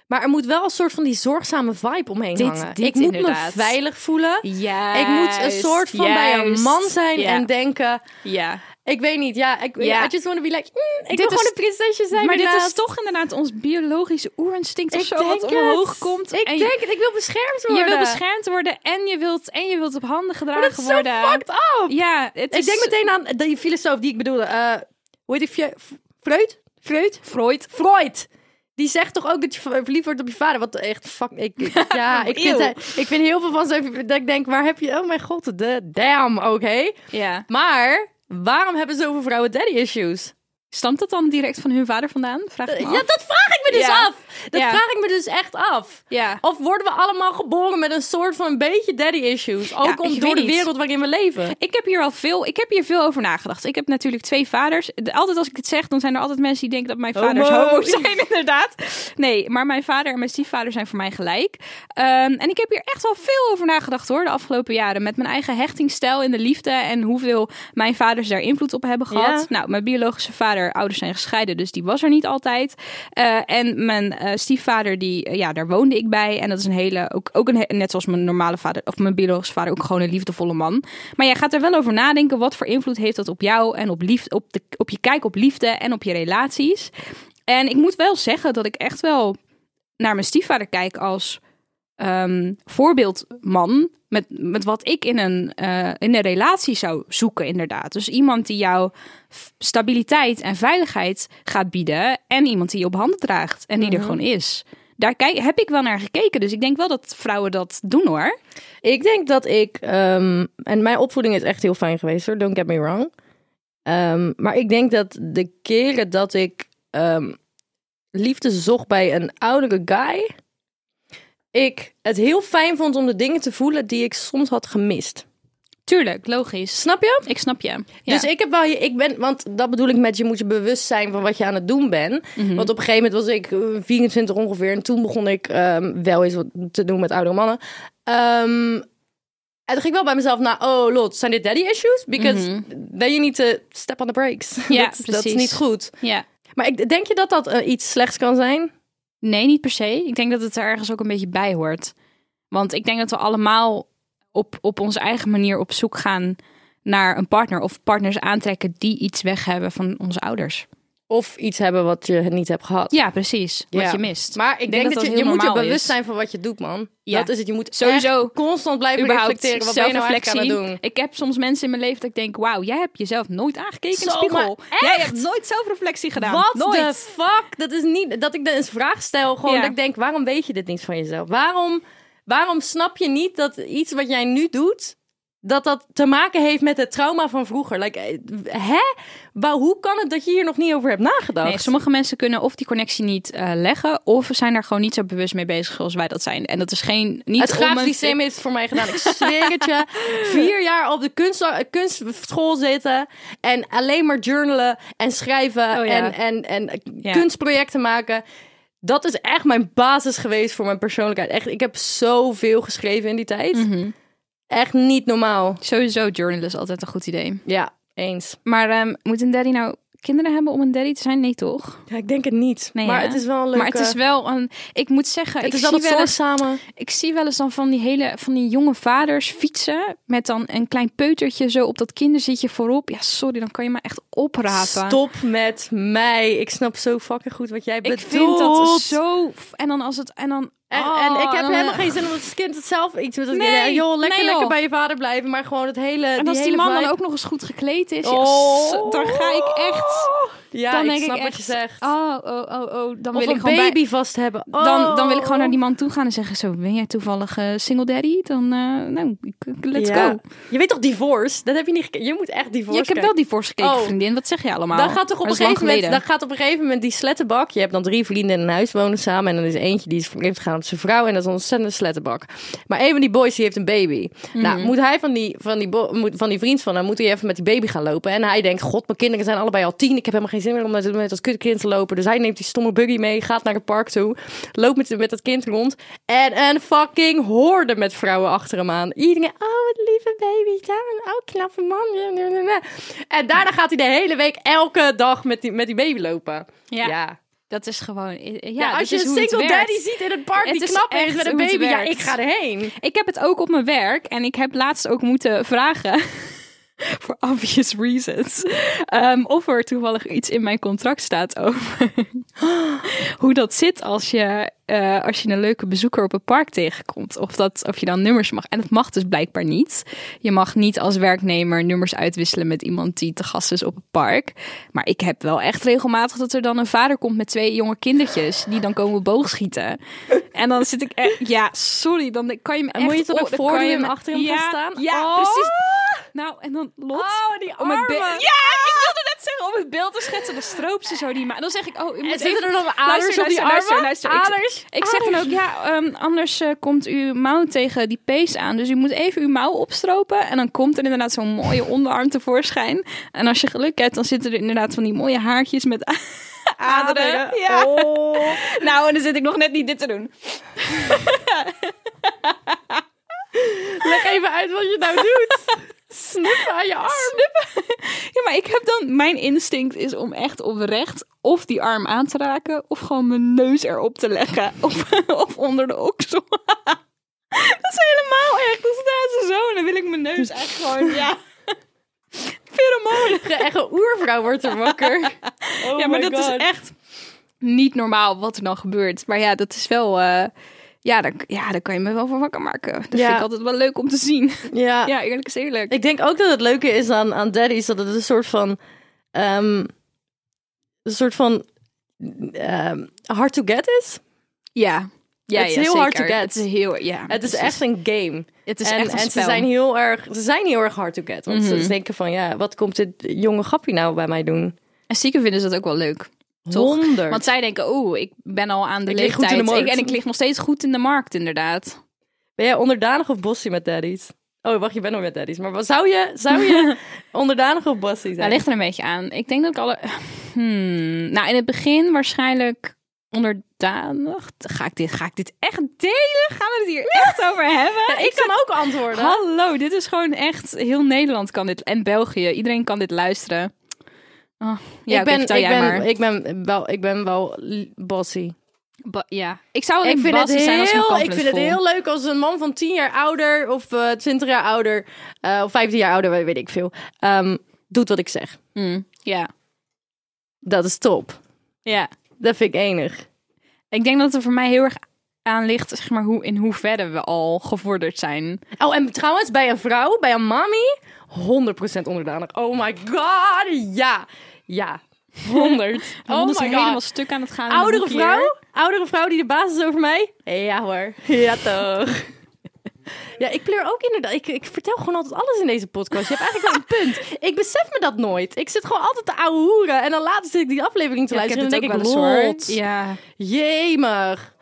[SPEAKER 3] Maar er moet wel een soort van die zorgzame vibe omheen
[SPEAKER 2] Dit-
[SPEAKER 3] hangen.
[SPEAKER 2] dit
[SPEAKER 3] ik moet
[SPEAKER 2] inderdaad.
[SPEAKER 3] me veilig voelen.
[SPEAKER 2] Ja.
[SPEAKER 3] ik moet een soort van bij een man zijn en denken...
[SPEAKER 2] Ja.
[SPEAKER 3] Ik weet niet, ja. Ik,
[SPEAKER 2] Ja.
[SPEAKER 3] I just want to be like... mm, ik
[SPEAKER 2] Dit
[SPEAKER 3] wil
[SPEAKER 2] is-
[SPEAKER 3] gewoon een prinsesje zijn
[SPEAKER 2] maar dit is
[SPEAKER 3] daarnaast.
[SPEAKER 2] toch inderdaad ons biologische oerinstinct of
[SPEAKER 3] Ik
[SPEAKER 2] zo wat
[SPEAKER 3] denk
[SPEAKER 2] omhoog
[SPEAKER 3] het.
[SPEAKER 2] komt.
[SPEAKER 3] Ik
[SPEAKER 2] en je-
[SPEAKER 3] denk het, ik wil beschermd
[SPEAKER 2] je,
[SPEAKER 3] worden.
[SPEAKER 2] wil beschermd worden en je wilt, en je wilt op handen
[SPEAKER 3] Maar
[SPEAKER 2] gedragen
[SPEAKER 3] dat is zo
[SPEAKER 2] worden.
[SPEAKER 3] fucked up.
[SPEAKER 2] Ja, het
[SPEAKER 3] Ik
[SPEAKER 2] is
[SPEAKER 3] denk meteen aan die filosoof die ik bedoelde. eh hoe heet die? Fre- Freud? Freud? Freud. Freud. Die zegt toch ook dat je ver- verliefd wordt op je vader? Wat echt, fuck. Ik, ik- ja, ik vind,
[SPEAKER 2] Eeuw.
[SPEAKER 3] hij- ik vind heel veel van zijn. Dat ik denk, waar heb je. Oh mijn god, de damn, oké.
[SPEAKER 2] Ja.
[SPEAKER 3] Maar waarom hebben zoveel vrouwen daddy issues?
[SPEAKER 2] Stamt dat dan direct van hun vader vandaan? Vraag ik me
[SPEAKER 3] Eh, Ja,
[SPEAKER 2] af.
[SPEAKER 3] dat vraag ik me dus
[SPEAKER 2] Ja.
[SPEAKER 3] af. Dat
[SPEAKER 2] Ja.
[SPEAKER 3] vraag ik me dus echt af.
[SPEAKER 2] Ja.
[SPEAKER 3] Of worden we allemaal geboren met een soort van een beetje daddy issues? Ook
[SPEAKER 2] Ja,
[SPEAKER 3] om
[SPEAKER 2] ik
[SPEAKER 3] door
[SPEAKER 2] weet
[SPEAKER 3] de
[SPEAKER 2] niet.
[SPEAKER 3] wereld waarin we leven.
[SPEAKER 2] Ik heb hier al veel, ik heb hier veel over nagedacht. Ik heb natuurlijk twee vaders. De- Altijd als ik dit zeg, dan zijn er altijd mensen die denken dat
[SPEAKER 3] Oh
[SPEAKER 2] mijn vaders
[SPEAKER 3] Homo's.
[SPEAKER 2] homo zijn, inderdaad. Nee, maar mijn vader en mijn stiefvader zijn voor mij gelijk. Ehm, en ik heb hier echt wel veel over nagedacht hoor, de afgelopen jaren. Met mijn eigen hechtingsstijl in de liefde en hoeveel mijn vaders daar invloed op hebben gehad.
[SPEAKER 3] Ja.
[SPEAKER 2] Nou, mijn biologische vader, ouders zijn gescheiden, dus die was er niet altijd. Eh, en mijn eh, stiefvader, die, eh, ja, daar woonde ik bij. En dat is een hele, ook, ook een, he- net zoals mijn normale vader, of mijn biologische vader, ook gewoon een liefdevolle man. Maar jij gaat er wel over nadenken, wat voor invloed heeft dat op jou en op, liefde, op, de, op je kijk op liefde en op je relaties. En ik moet wel zeggen dat ik echt wel naar mijn stiefvader kijk als ehm, voorbeeldman. Met, met wat ik in een, eh, in een relatie zou zoeken, inderdaad. Dus iemand die jou f- stabiliteit en veiligheid gaat bieden. En iemand die je op handen draagt. En die er gewoon is. daar kijk, heb ik wel naar gekeken. Dus ik denk wel dat vrouwen dat doen hoor.
[SPEAKER 3] Ik denk dat ik. ehm, en mijn opvoeding is echt heel fijn geweest hoor, don't get me wrong. Ehm, maar ik denk dat de keren dat ik ehm, liefde zocht bij een oudere guy. Ik het heel fijn vond om de dingen te voelen die ik soms had gemist.
[SPEAKER 2] Tuurlijk, logisch.
[SPEAKER 3] Snap je?
[SPEAKER 2] Ik snap je.
[SPEAKER 3] Dus ik heb wel, ik ben, want dat bedoel ik met je moet je bewust zijn van wat je aan het doen bent.
[SPEAKER 2] Mhm.
[SPEAKER 3] Want op een gegeven moment was ik eh, 24 ongeveer en toen begon ik ehm, wel eens wat te doen met oudere mannen. Ehm, en toen ging ik wel bij mezelf na, oh lot, zijn dit daddy issues? Because then you need to step on the brakes.
[SPEAKER 2] Mhm. Ja,
[SPEAKER 3] dat, is- dat is
[SPEAKER 2] precies.
[SPEAKER 3] niet goed.
[SPEAKER 2] ja.
[SPEAKER 3] Maar ik, denk je dat dat eh, iets slechts kan zijn?
[SPEAKER 2] Nee, niet per se. Ik denk dat het er ergens ook een beetje bij hoort. Want ik denk dat we allemaal op, op onze eigen manier op zoek gaan naar een partner of partners aantrekken die iets weg hebben van onze ouders.
[SPEAKER 3] Of iets hebben wat je niet hebt gehad?
[SPEAKER 2] Ja, precies. Wat
[SPEAKER 3] Ja.
[SPEAKER 2] je mist.
[SPEAKER 3] Maar ik, denk, dat, je,
[SPEAKER 2] heel
[SPEAKER 3] je moet je
[SPEAKER 2] normaal
[SPEAKER 3] bewust
[SPEAKER 2] is.
[SPEAKER 3] zijn van wat je doet, man.
[SPEAKER 2] Ja.
[SPEAKER 3] Dat is het. Je moet
[SPEAKER 2] Sowieso.
[SPEAKER 3] echt constant blijven
[SPEAKER 2] Überhaupt
[SPEAKER 3] reflecteren wat ben je nou eigenlijk aan
[SPEAKER 2] zelfreflectie.
[SPEAKER 3] het doen.
[SPEAKER 2] Ik heb soms mensen in mijn leven dat ik denk: wauw, jij hebt jezelf nooit aangekeken in de
[SPEAKER 3] Zo,
[SPEAKER 2] spiegel.
[SPEAKER 3] maar
[SPEAKER 2] Jij
[SPEAKER 3] echt?
[SPEAKER 2] hebt nooit zelfreflectie gedaan.
[SPEAKER 3] Wat
[SPEAKER 2] nooit.
[SPEAKER 3] de fuck? Dat is niet dat ik dan eens vraag stel. Gewoon
[SPEAKER 2] Ja.
[SPEAKER 3] dat ik denk, waarom weet je dit niet van jezelf? Waarom, waarom snap je niet dat iets wat jij nu doet, dat dat te maken heeft met het trauma van vroeger? Like, eh, hè? Waar, hoe kan het dat je hier nog niet over hebt nagedacht?
[SPEAKER 2] Nee, sommige mensen kunnen of die connectie niet eh, leggen, of zijn daar gewoon niet zo bewust mee bezig zoals wij dat zijn. En dat is geen niet
[SPEAKER 3] het
[SPEAKER 2] om
[SPEAKER 3] grafisch
[SPEAKER 2] een-
[SPEAKER 3] systeem heeft het voor mij gedaan. Ik zweer het je. Vier jaar op de kunst, kunstschool zitten. En alleen maar journalen en schrijven.
[SPEAKER 2] Oh ja.
[SPEAKER 3] En, en, en
[SPEAKER 2] Ja.
[SPEAKER 3] kunstprojecten maken. Dat is echt mijn basis geweest voor mijn persoonlijkheid. Echt, ik heb zoveel geschreven in die tijd.
[SPEAKER 2] Mhm.
[SPEAKER 3] Echt niet normaal.
[SPEAKER 2] Sowieso journal is altijd een goed idee.
[SPEAKER 3] Ja, eens.
[SPEAKER 2] Maar ehm, moet een daddy nou kinderen hebben om een daddy te zijn? Nee, toch?
[SPEAKER 3] Ja, ik denk het niet.
[SPEAKER 2] Nee,
[SPEAKER 3] maar
[SPEAKER 2] hè?
[SPEAKER 3] het is wel een leuke...
[SPEAKER 2] Maar het is wel een. Ik moet zeggen,
[SPEAKER 3] Het
[SPEAKER 2] ik,
[SPEAKER 3] is
[SPEAKER 2] zie
[SPEAKER 3] wel
[SPEAKER 2] wel
[SPEAKER 3] dat
[SPEAKER 2] eens,
[SPEAKER 3] samen.
[SPEAKER 2] ik zie wel eens dan van die hele van die jonge vaders fietsen met dan een klein peutertje zo op dat kinderzitje voorop. Ja, sorry, dan kan je me echt oprapen.
[SPEAKER 3] Stop met mij. Ik snap zo fucking goed wat jij
[SPEAKER 2] Ik
[SPEAKER 3] bedoelt.
[SPEAKER 2] vind dat zo. En dan als het en dan.
[SPEAKER 3] En,
[SPEAKER 2] oh,
[SPEAKER 3] en ik heb
[SPEAKER 2] dan-
[SPEAKER 3] helemaal geen zin om het kind het zelf iets met het
[SPEAKER 2] Nee,
[SPEAKER 3] kind. Joh, lekker,
[SPEAKER 2] nee, joh.
[SPEAKER 3] lekker bij je vader blijven, maar gewoon het hele.
[SPEAKER 2] En als die
[SPEAKER 3] hele
[SPEAKER 2] man dan
[SPEAKER 3] vibe.
[SPEAKER 2] ook nog eens goed gekleed is, ja,
[SPEAKER 3] Oh.
[SPEAKER 2] s- dan ga ik echt.
[SPEAKER 3] Ja,
[SPEAKER 2] dan
[SPEAKER 3] ik
[SPEAKER 2] denk
[SPEAKER 3] snap
[SPEAKER 2] ik
[SPEAKER 3] wat
[SPEAKER 2] echt,
[SPEAKER 3] je zegt.
[SPEAKER 2] Oh, oh, oh, oh. Dan
[SPEAKER 3] of
[SPEAKER 2] wil ik
[SPEAKER 3] een
[SPEAKER 2] gewoon bij-
[SPEAKER 3] baby vast hebben.
[SPEAKER 2] Dan,
[SPEAKER 3] Oh.
[SPEAKER 2] dan wil ik gewoon naar die man toe gaan en zeggen: Zo, ben jij toevallig eh, single daddy? Dan, eh, nou, k- k- let's
[SPEAKER 3] Ja.
[SPEAKER 2] go.
[SPEAKER 3] Je weet toch divorce? Dat heb je niet gekeken. Je moet echt divorce.
[SPEAKER 2] Ja, ik heb wel die gekeken,
[SPEAKER 3] Oh.
[SPEAKER 2] vriendin. Wat zeg je allemaal?
[SPEAKER 3] Dan gaat, toch op
[SPEAKER 2] Dat
[SPEAKER 3] een
[SPEAKER 2] is lang
[SPEAKER 3] gegeven moment, dan
[SPEAKER 2] geleden.
[SPEAKER 3] gaat op een gegeven moment die slettenbak. Je hebt dan drie vrienden in een huis wonen samen. En dan is eentje die is vreemd gegaan op zijn vrouw. En dat is een ontzettende slettenbak. Maar een van die boys die heeft een baby. Nou,
[SPEAKER 2] Mhm.
[SPEAKER 3] moet hij van die, van, die bo- moet, van die vriend van hem, moet hij even met die baby gaan lopen. En hij denkt, god, mijn kinderen zijn allebei al tien. Ik heb helemaal geen zin meer om met, met dat kutkind te lopen. Dus hij neemt die stomme buggy mee, gaat naar het park toe. Loopt met, met dat kind rond. En een fucking hoorde met vrouwen achter hem aan. Iedereen, oh, wat lieve baby. Ja, een oh, knappe man. En daarna gaat hij de hele week elke dag met die, met die baby lopen.
[SPEAKER 2] Ja.
[SPEAKER 3] Ja.
[SPEAKER 2] Dat is gewoon. Ja,
[SPEAKER 3] Ja,
[SPEAKER 2] dat
[SPEAKER 3] als je
[SPEAKER 2] is
[SPEAKER 3] een
[SPEAKER 2] hoe het
[SPEAKER 3] single
[SPEAKER 2] werkt.
[SPEAKER 3] daddy ziet in het park
[SPEAKER 2] Het
[SPEAKER 3] die
[SPEAKER 2] is
[SPEAKER 3] knap
[SPEAKER 2] echt
[SPEAKER 3] is met een
[SPEAKER 2] hoe het
[SPEAKER 3] baby, ja,
[SPEAKER 2] werkt.
[SPEAKER 3] ik ga erheen.
[SPEAKER 2] Ik heb het ook op mijn werk en ik heb laatst ook moeten vragen. Voor obvious reasons. ehm, of er toevallig iets in mijn contract staat over hoe dat zit als je, eh, als je een leuke bezoeker op een park tegenkomt. Of, dat, of je dan nummers mag. En dat mag dus blijkbaar niet. Je mag niet als werknemer nummers uitwisselen met iemand die te gast is op een park. Maar ik heb wel echt regelmatig dat er dan een vader komt met twee jonge kindertjes. Die dan komen boogschieten. En dan zit ik echt... Ja, sorry. Dan kan je me echt...
[SPEAKER 3] moet je toch ook
[SPEAKER 2] dan
[SPEAKER 3] voor
[SPEAKER 2] kan
[SPEAKER 3] hem
[SPEAKER 2] me-
[SPEAKER 3] achter hem
[SPEAKER 2] ja,
[SPEAKER 3] gaan staan?
[SPEAKER 2] Ja,
[SPEAKER 3] Oh.
[SPEAKER 2] precies. Nou, en dan Lot.
[SPEAKER 3] Oh, die
[SPEAKER 2] om het be-
[SPEAKER 3] armen.
[SPEAKER 2] Ja, ik wilde net zeggen, om het beeld te schetsen, dan stroopt ze zo die maar. Dan zeg ik, oh, u moet
[SPEAKER 3] zitten
[SPEAKER 2] even-
[SPEAKER 3] er dan aders
[SPEAKER 2] Luister,
[SPEAKER 3] op die
[SPEAKER 2] luister,
[SPEAKER 3] armen?
[SPEAKER 2] Luister, luister.
[SPEAKER 3] Aders?
[SPEAKER 2] Ik, ik zeg dan ook, ja, ehm, anders eh, komt uw mouw tegen die pees aan. Dus u moet even uw mouw opstropen. En dan komt er inderdaad zo'n mooie onderarm tevoorschijn. En als je geluk hebt, dan zitten er inderdaad van die mooie haartjes met a- aderen. Ja.
[SPEAKER 3] Oh.
[SPEAKER 2] Nou, en dan zit ik nog net niet dit te doen.
[SPEAKER 3] Leg even uit wat je nou doet. Snippen aan je arm.
[SPEAKER 2] Ja, maar ik heb dan... Mijn instinct is om echt oprecht of die arm aan te raken... of gewoon mijn neus erop te leggen. Of, of onder de oksel. dat is helemaal echt. Dan staat ze zo en dan wil ik mijn neus echt gewoon... Ja. Pheromonen.
[SPEAKER 3] Echt een oervrouw wordt er wakker. Oh
[SPEAKER 2] ja, maar
[SPEAKER 3] my
[SPEAKER 2] dat
[SPEAKER 3] God.
[SPEAKER 2] is echt niet normaal wat er dan gebeurt. Maar ja, dat is wel... eh, ja, daar, ja, daar kan je me wel van wakker maken. Dat
[SPEAKER 3] Ja.
[SPEAKER 2] vind ik altijd wel leuk om te zien.
[SPEAKER 3] Ja.
[SPEAKER 2] ja, eerlijk is eerlijk.
[SPEAKER 3] Ik denk ook dat het leuke is aan, aan daddy's dat het een soort van. ehm, een soort van. ehm, hard to get is.
[SPEAKER 2] Ja. Ja,
[SPEAKER 3] It's
[SPEAKER 2] ja,
[SPEAKER 3] heel hard
[SPEAKER 2] zeker.
[SPEAKER 3] to get.
[SPEAKER 2] Het is heel, ja.
[SPEAKER 3] Het is
[SPEAKER 2] precies.
[SPEAKER 3] echt een game.
[SPEAKER 2] Het is
[SPEAKER 3] en
[SPEAKER 2] echt een
[SPEAKER 3] en
[SPEAKER 2] spel. Mhm.
[SPEAKER 3] Ze, zijn heel erg, ze zijn heel erg hard to get. Want ze denken van, ja, wat komt dit jonge grappie nou bij mij doen?
[SPEAKER 2] En zieken vinden ze dat ook wel leuk. Toch?
[SPEAKER 3] Honderd.
[SPEAKER 2] Want zij denken, oeh, ik ben al aan de
[SPEAKER 3] Ik lig goed
[SPEAKER 2] leeftijd.
[SPEAKER 3] in de markt.
[SPEAKER 2] Ik- en ik lig nog steeds goed in de markt, inderdaad.
[SPEAKER 3] Ben jij onderdanig of bossie met daddies? Oh, wacht, je bent nog met daddies. Maar wat zou je, zou je onderdanig of bossie
[SPEAKER 2] Daar
[SPEAKER 3] zijn?
[SPEAKER 2] ligt er een beetje aan. Ik denk dat ik alle... Hmm. Nou, in het begin waarschijnlijk onderdanig. Ga ik dit, ga ik dit echt delen? Gaan we het hier echt over hebben?
[SPEAKER 3] Ja, ik kan ook antwoorden.
[SPEAKER 2] Hallo, dit is gewoon echt... Heel Nederland kan dit. En België. Iedereen kan dit luisteren. Oh, ja,
[SPEAKER 3] ik ben,
[SPEAKER 2] vertel
[SPEAKER 3] ik
[SPEAKER 2] jij
[SPEAKER 3] ben,
[SPEAKER 2] maar.
[SPEAKER 3] ik ben wel, ik ben wel l- bossy.
[SPEAKER 2] Ba- ja. Ik zou
[SPEAKER 3] Ik
[SPEAKER 2] alleen
[SPEAKER 3] vind, het
[SPEAKER 2] basis zijn als mijn
[SPEAKER 3] heel, ik
[SPEAKER 2] confidence
[SPEAKER 3] vind het
[SPEAKER 2] vol.
[SPEAKER 3] heel leuk als een man van 10 jaar ouder of eh 20 jaar ouder eh, of 15 jaar ouder, weet ik veel, ehm, doet wat ik zeg.
[SPEAKER 2] Mm, ja.
[SPEAKER 3] Dat is top.
[SPEAKER 2] ja.
[SPEAKER 3] Dat vind ik enig.
[SPEAKER 2] Ik denk dat het er voor mij heel erg aan ligt, zeg maar, hoe, in hoeverre we al gevorderd zijn.
[SPEAKER 3] Oh, en trouwens, bij een vrouw, bij een mami, 100% onderdanig. Oh my god, ja. Ja, 100. oh
[SPEAKER 2] Oh
[SPEAKER 3] my
[SPEAKER 2] we
[SPEAKER 3] god.
[SPEAKER 2] zijn helemaal stuk aan het gaan. in
[SPEAKER 3] Oudere
[SPEAKER 2] een hoekje
[SPEAKER 3] vrouw? Oudere vrouw die de basis over mij? Ja hoor. Ja toch. Ja, ik pleur ook inderdaad. Ik, ik vertel gewoon altijd alles in deze podcast. Je hebt eigenlijk wel een punt. Ik besef me dat nooit. Ik zit gewoon altijd te ouwe hoeren. En dan later zit ik die aflevering te
[SPEAKER 2] hier. Ja,
[SPEAKER 3] luisteren.
[SPEAKER 2] heb
[SPEAKER 3] en
[SPEAKER 2] het
[SPEAKER 3] dan
[SPEAKER 2] ook
[SPEAKER 3] denk
[SPEAKER 2] wel
[SPEAKER 3] ik,
[SPEAKER 2] eens, hoor.
[SPEAKER 3] lord.
[SPEAKER 2] Ja.
[SPEAKER 3] Jemig.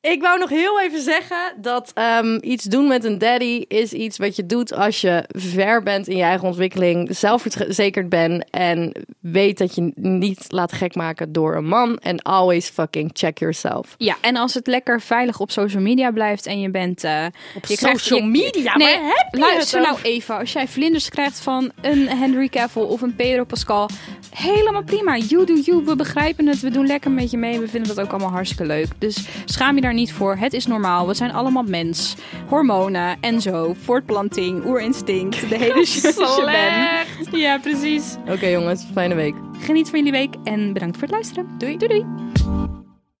[SPEAKER 3] Ik wou nog heel even zeggen dat ehm, iets doen met een daddy is iets wat je doet als je ver bent in je eigen ontwikkeling, zelfverzekerd bent en weet dat je niet laat gek maken door een man. En always fucking check yourself.
[SPEAKER 2] ja, en als het lekker veilig op social media blijft en je bent... eh, je
[SPEAKER 3] social media?
[SPEAKER 2] Nee,
[SPEAKER 3] Waar heb je
[SPEAKER 2] luister
[SPEAKER 3] het
[SPEAKER 2] nou even. Als jij vlinders krijgt van een Henry Cavill of een Pedro Pascal, helemaal prima. You do you, we begrijpen het. We doen lekker met je mee. We vinden dat ook allemaal hartstikke leuk. Dus schaam je daar niet voor. Het is normaal. We zijn allemaal mens. Hormonen en zo. Voortplanting, oerinstinct. De hele shebang. Ja, precies.
[SPEAKER 3] Oké jongens, fijne week.
[SPEAKER 2] Geniet van jullie week en bedankt voor het luisteren. Doei. Doei doei.